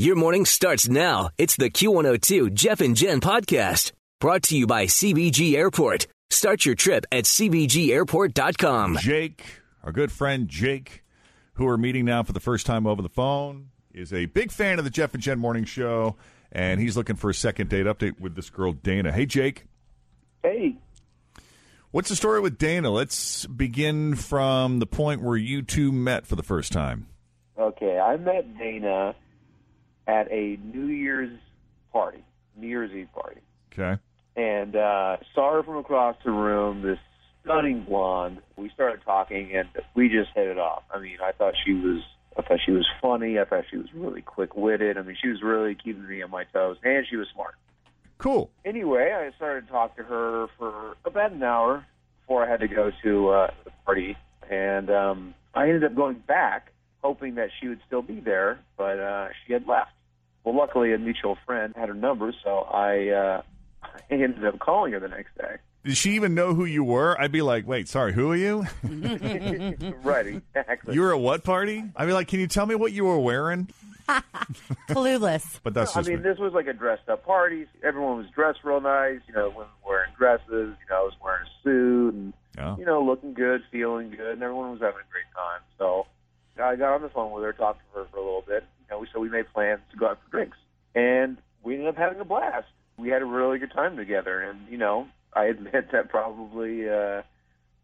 Your morning starts now. It's the Q102 Jeff and Jen podcast brought to you by CBG Airport. Start your trip at CBGAirport.com. Jake, our good friend Jake, who we're meeting now for the first time over the phone, is a big fan of the Jeff and Jen Morning Show, and he's looking for a second date update with this girl Dana. Hey, Jake, Hey, what's the story with Dana? Let's begin from the point where you two met for the first time. okay. I met Dana at a New Year's party, New Year's Eve party, Okay, and uh, saw her from across the room. This stunning blonde. We started talking, and we just hit it off. I mean, I thought she was. I thought she was funny. I thought she was really quick witted. I mean, she was really keeping me on my toes, and she was smart. cool. anyway, I started to talk to her for about an hour before I had to go to uh, the party, and um, I ended up going back, hoping that she would still be there, but uh, she had left. Well, luckily, a mutual friend had her number, so I, uh, I ended up calling her the next day. Did she even know who you were? I'd be like, wait, sorry, who are you? right, exactly. you were at what party? I'd be like, can you tell me what you were wearing? Clueless. But that's I just me. mean, this was like a dressed up party. Everyone was dressed real nice. You know, women wearing dresses. You know, I was wearing a suit and Yeah. you know, looking good, feeling good, and everyone was having a great time. So I got on the phone with her, talked to her for a little bit. You know, we so we made plans to go out for drinks, and we ended up having a blast. We had a really good time together, and you know, I admit that probably uh,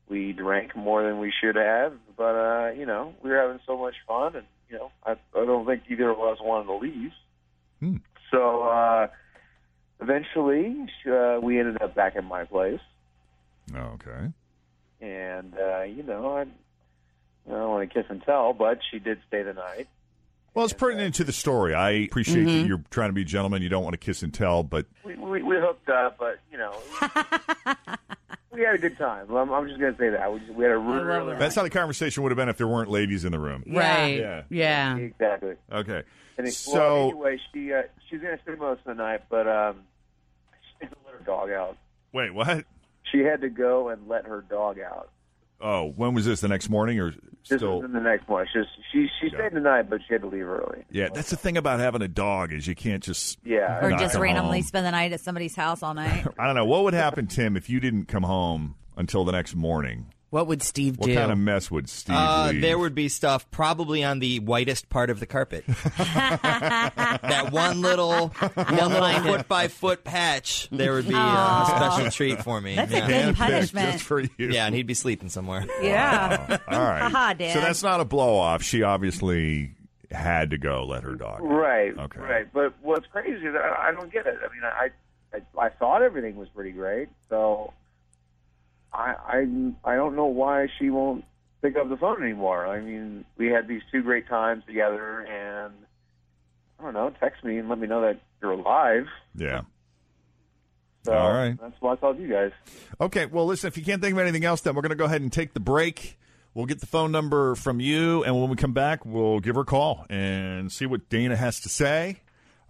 we drank more than we should have, but uh, you know, we were having so much fun, and you know, I, I don't think either of us wanted to leave. Hmm. So uh, eventually, uh, we ended up back at my place Oh, okay. and uh, you know, I, I don't want to kiss and tell, but she did stay the night. Well, it's pertinent to the story. I appreciate that you're trying to be a gentleman. You don't want to kiss and tell, but We we, we hooked up, but you know, we had a good time. I'm, I'm just gonna say that we, just, we had a really, love really That's how the conversation would have been if there weren't ladies in the room. Right. Yeah. Yeah. exactly. Okay. And it, well, So anyway, she uh, she's gonna stay most of the night, but um, she had to let her dog out. wait, what? She had to go and let her dog out. Oh, when was this? The next morning or This still? was in the next one. She she she Yeah. stayed the night, but she had to leave early. Yeah, that's the thing about having a dog is you can't just Yeah. Or knock just them randomly home. spend the night at somebody's house all night. I don't know what would happen, Tim, if you didn't come home until the next morning. What would Steve What do? kind of mess would Steve? Uh, leave? there would be stuff probably on the whitest part of the carpet. that one little, one little foot by foot patch. There would be uh, a special treat for me. That's a yeah. good- And a piss punishment. just for you. yeah, and he'd be sleeping somewhere. yeah. All right. Haha, Dad. So that's not a blow off. She obviously had to go let her dog. out. Right. Okay. Right. But what's crazy is I, I don't get it. I mean, I, I I thought everything was pretty great, so I I I don't know why she won't pick up the phone anymore. I mean, we had these two great times together, and I don't know. Text me and let me know that you're alive. Yeah. So All right. That's why I called you guys. Okay, well, listen, if you can't think of anything else, then we're going to go ahead and take the break. We'll get the phone number from you, and when we come back, we'll give her a call and see what Dana has to say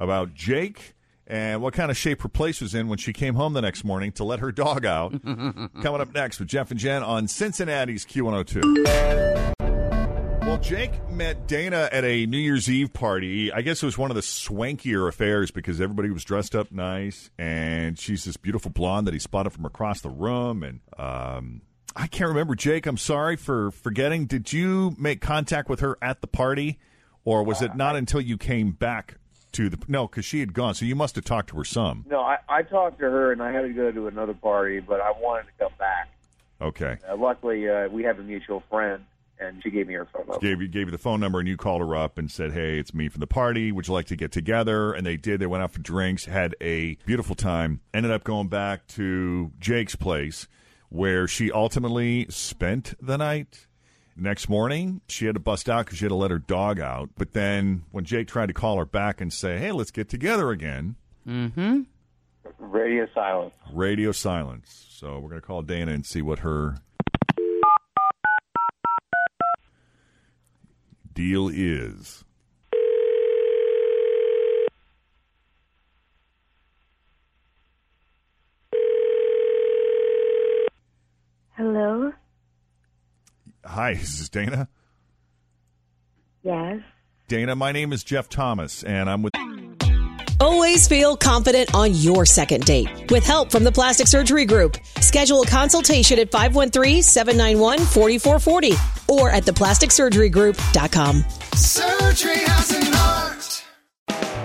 about Jake and what kind of shape her place was in when she came home the next morning to let her dog out. Coming up next with Jeff and Jen on Cincinnati's Q102. Well, Jake met Dana at a New Year's Eve party. I guess it was one of the swankier affairs because everybody was dressed up nice, and she's this beautiful blonde that he spotted from across the room. And um, I can't remember, Jake. I'm sorry for forgetting. Did you make contact with her at the party, or was it not until you came back to the no? Because she had gone, so you must have talked to her some. No, I, I talked to her and I had to go to another party, but I wanted to come back. Okay, Uh, luckily, uh, we have a mutual friend, and she gave me her phone number. gave you gave you the phone number, and you called her up and said, "Hey, it's me from the party. Would you like to get together?" And they did. They went out for drinks, had a beautiful time. Ended up going back to Jake's place, where she ultimately spent the night. Next morning, she had to bust out because she had to let her dog out. But then, when Jake tried to call her back and say, "Hey, let's get together again," Radio silence. radio silence. So we're going to call Dana and see what her deal is. Hello? Hi, this is Dana. Yes. Dana, my name is Jeff Thomas, and I'm with. Always feel confident on your second date. With help from the Plastic Surgery Group, schedule a consultation at 513-791-4440 or at theplasticsurgerygroup.com. Surgery has an art.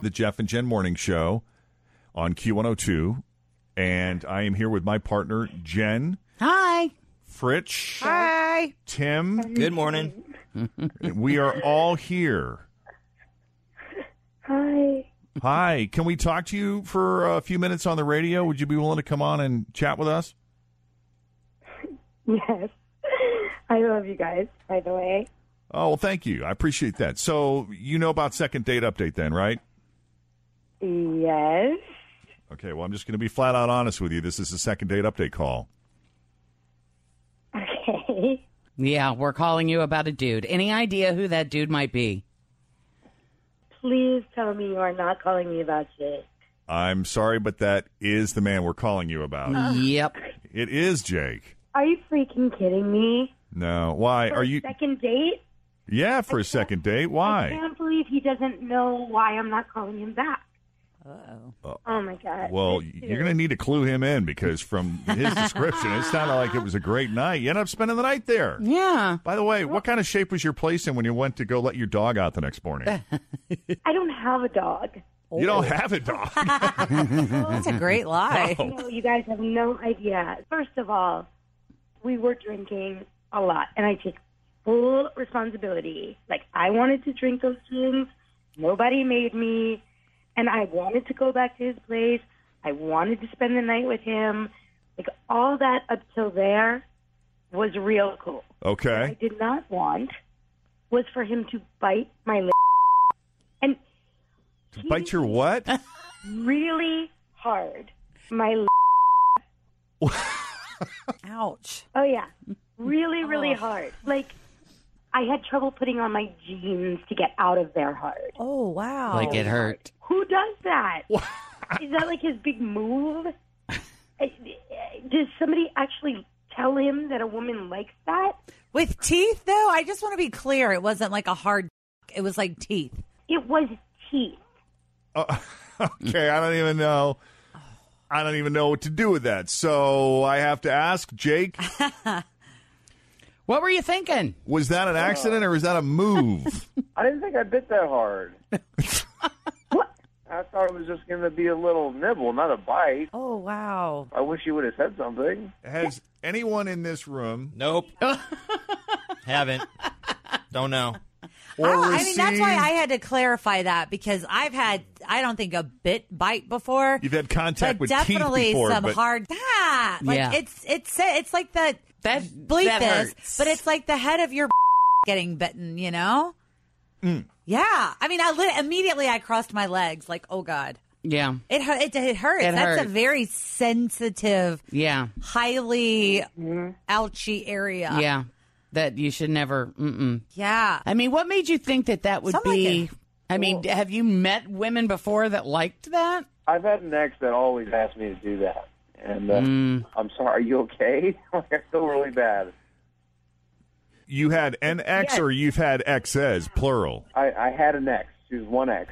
the Jeff and Jen Morning Show on Q102. And I am here with my partner, Jen, Hi. Fritch, Hi. Tim. Good morning. We are all here. Hi. Hi, can we talk to you for a few minutes on the radio? Would you be willing to come on and chat with us? Yes. I love you guys, by the way. Oh, well, thank you. I appreciate that. So, you know about second date update then, right? Yes. Okay, well, I'm just going to be flat out honest with you. This is a second date update call. Okay. Yeah, we're calling you about a dude. Any idea who that dude might be? Please tell me you are not calling me about Jake. I'm sorry, but that is the man we're calling you Uh. about. Yep. It is Jake. Are you freaking kidding me? No, why For are a you? Second date? Yeah, for a second date. I Why? can't believe he doesn't know why I'm not calling him back. Uh-oh. Oh my god. Uh, Well, This you're dude. going to need to clue him in because from his description, it sounded like it was a great night. You end up spending the night there. Yeah. By the way, what kind of shape was your place in when you went to go let your dog out the next morning? I don't have a dog. You don't have a dog. Oh, That's a great lie. No, you guys have no idea. First of all, we were drinking a lot, and I take full responsibility. Like, I wanted to drink those drinks. Nobody made me. And I wanted to go back to his place. I wanted to spend the night with him. Like, all that up till there was real cool. What I Okay. did not want was for him to bite my lip. And To bite your what? really hard. My lip. Ouch. Oh yeah, really, really Oh. hard. Like I had trouble putting on my jeans to get out of there hard. Oh, wow. Like it hurt. Who does that? Uh, Is that like his big move? Uh, Does somebody actually tell him that a woman likes that? With teeth, though, I just want to be clear. It wasn't like a hard, it was like teeth. It was teeth. Uh, okay, I don't even know. I don't even know what to do with that. So I have to ask Jake, What were you thinking? was that an Oh. accident or is that a move? I didn't think I bit that hard. What? I thought it was just going to be a little nibble, not a bite. Oh, wow. I wish you would have said something. Has anyone in this room Nope. Haven't. Don't know. or I, I mean, that's why received- I had to clarify that because I've had, I don't think a bit bite before. You've had contact but with definitely teeth before, some but hard ah, like Yeah. it's it's it's like the That- bleep that this, hurts. but it's like the head of your getting bitten, you know? Mm. Yeah, I mean, I lit immediately I crossed my legs like, oh god, Yeah. it hu- it it hurts. It That's hurts. a very sensitive, Yeah. highly ouchy area. Yeah. that you should never. Mm-mm. Yeah. I mean, what made you think that that would Something like be? it. I mean, have you met women before that liked that? I've had an ex that always asked me to do that, and uh, I'm sorry. Are you okay? Like, I feel really bad. You had an ex or you've had exes, plural. I, I had an ex. She was one ex.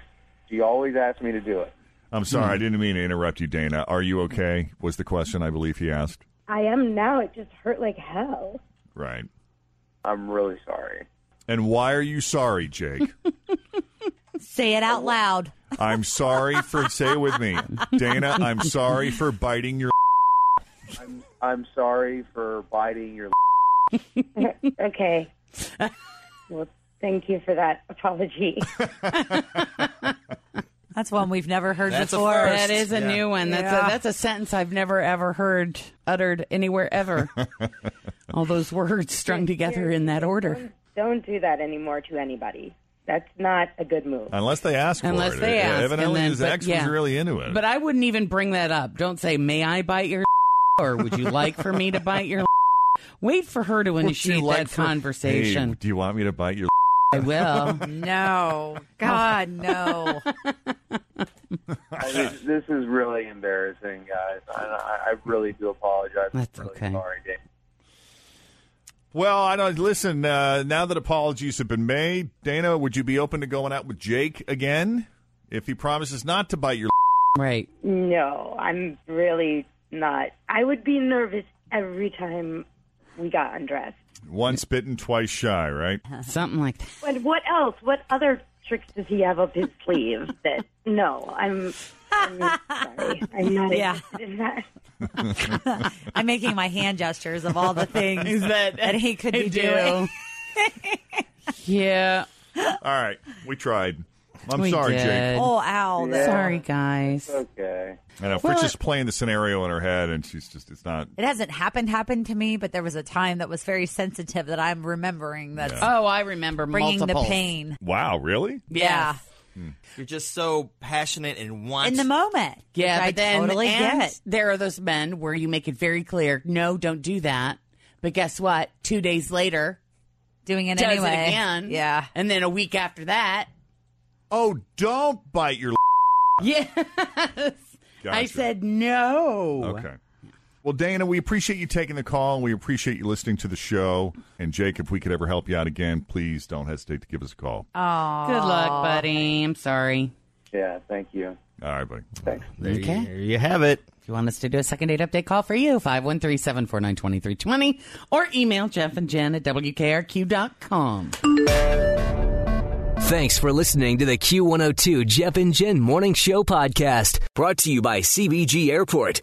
She always asked me to do it. I'm sorry, I didn't mean to interrupt you, Dana. Are you okay? Was the question I believe he asked. I am now. It just hurt like hell. Right. I'm really sorry. And why are you sorry, Jake? Say it out loud. I'm sorry for say it with me, Dana. I'm sorry for biting your. I'm, I'm sorry for biting your. okay. well, thank you for that apology. That's one we've never heard That's a before. first. That is a Yeah. new one. That's a- that's a sentence I've never ever heard uttered anywhere ever. All those words strung together in that order. Don't do that anymore to anybody. That's not a good move. Unless they ask Unless for it. they ask, Evidently, and then- his but ex yeah. was really into it. But I wouldn't even bring that up. Don't say, "May I bite your?" or "Would you like for me to bite your?" Wait for her to Would you initiate like that for- conversation. Hey, do you want me to bite your? I will. no. God, no. I- this, this is really embarrassing, guys. I, I, I really do apologize. That's really okay. Sorry, Dana. Well, I don't listen. Uh, now that apologies have been made, Dana, would you be open to going out with Jake again if he promises not to bite your? Right. No, I'm really not. I would be nervous every time we got undressed. Once bitten, twice shy. Right. Something like that. But what else? What other tricks does he have up his sleeve? That no, I'm. I'm sorry. I'm not Yeah. interested in that. I'm making my hand gestures of all the things that, he could I be do. doing. Yeah. All right, we tried. I'm we sorry, did. Jake. Oh, ow. that- Sorry, guys. Okay. I know. Fritz is playing the scenario in her head, and she's just, it's not. It hasn't happened happened to me, but there was a time that was very sensitive that I'm remembering that's Oh, I remember bringing multiples. the pain. Wow, really? Yeah. You're just so passionate and want In the moment. Yeah, which but I then totally and get. there are those men where you make it very clear, no, don't do that. But guess what? Two days later, Doing it does anyway. it again. Yeah. and then a week after that, Oh, don't bite your. yes, I Gotcha. said no. Okay. Well, Dana, we appreciate you taking the call. We appreciate you listening to the show. And Jake, if we could ever help you out again, please don't hesitate to give us a call. Uh, Oh. Good luck, buddy. I'm sorry. Yeah. Thank you. All right, buddy. okay. There you have it. If you want us to do a second date update call for you, 513 749 2320, or email Jeff and Jen at WKRQ.com. Thanks for listening to the Q102 Jeff and Jen Morning Show podcast, brought to you by CBG Airport.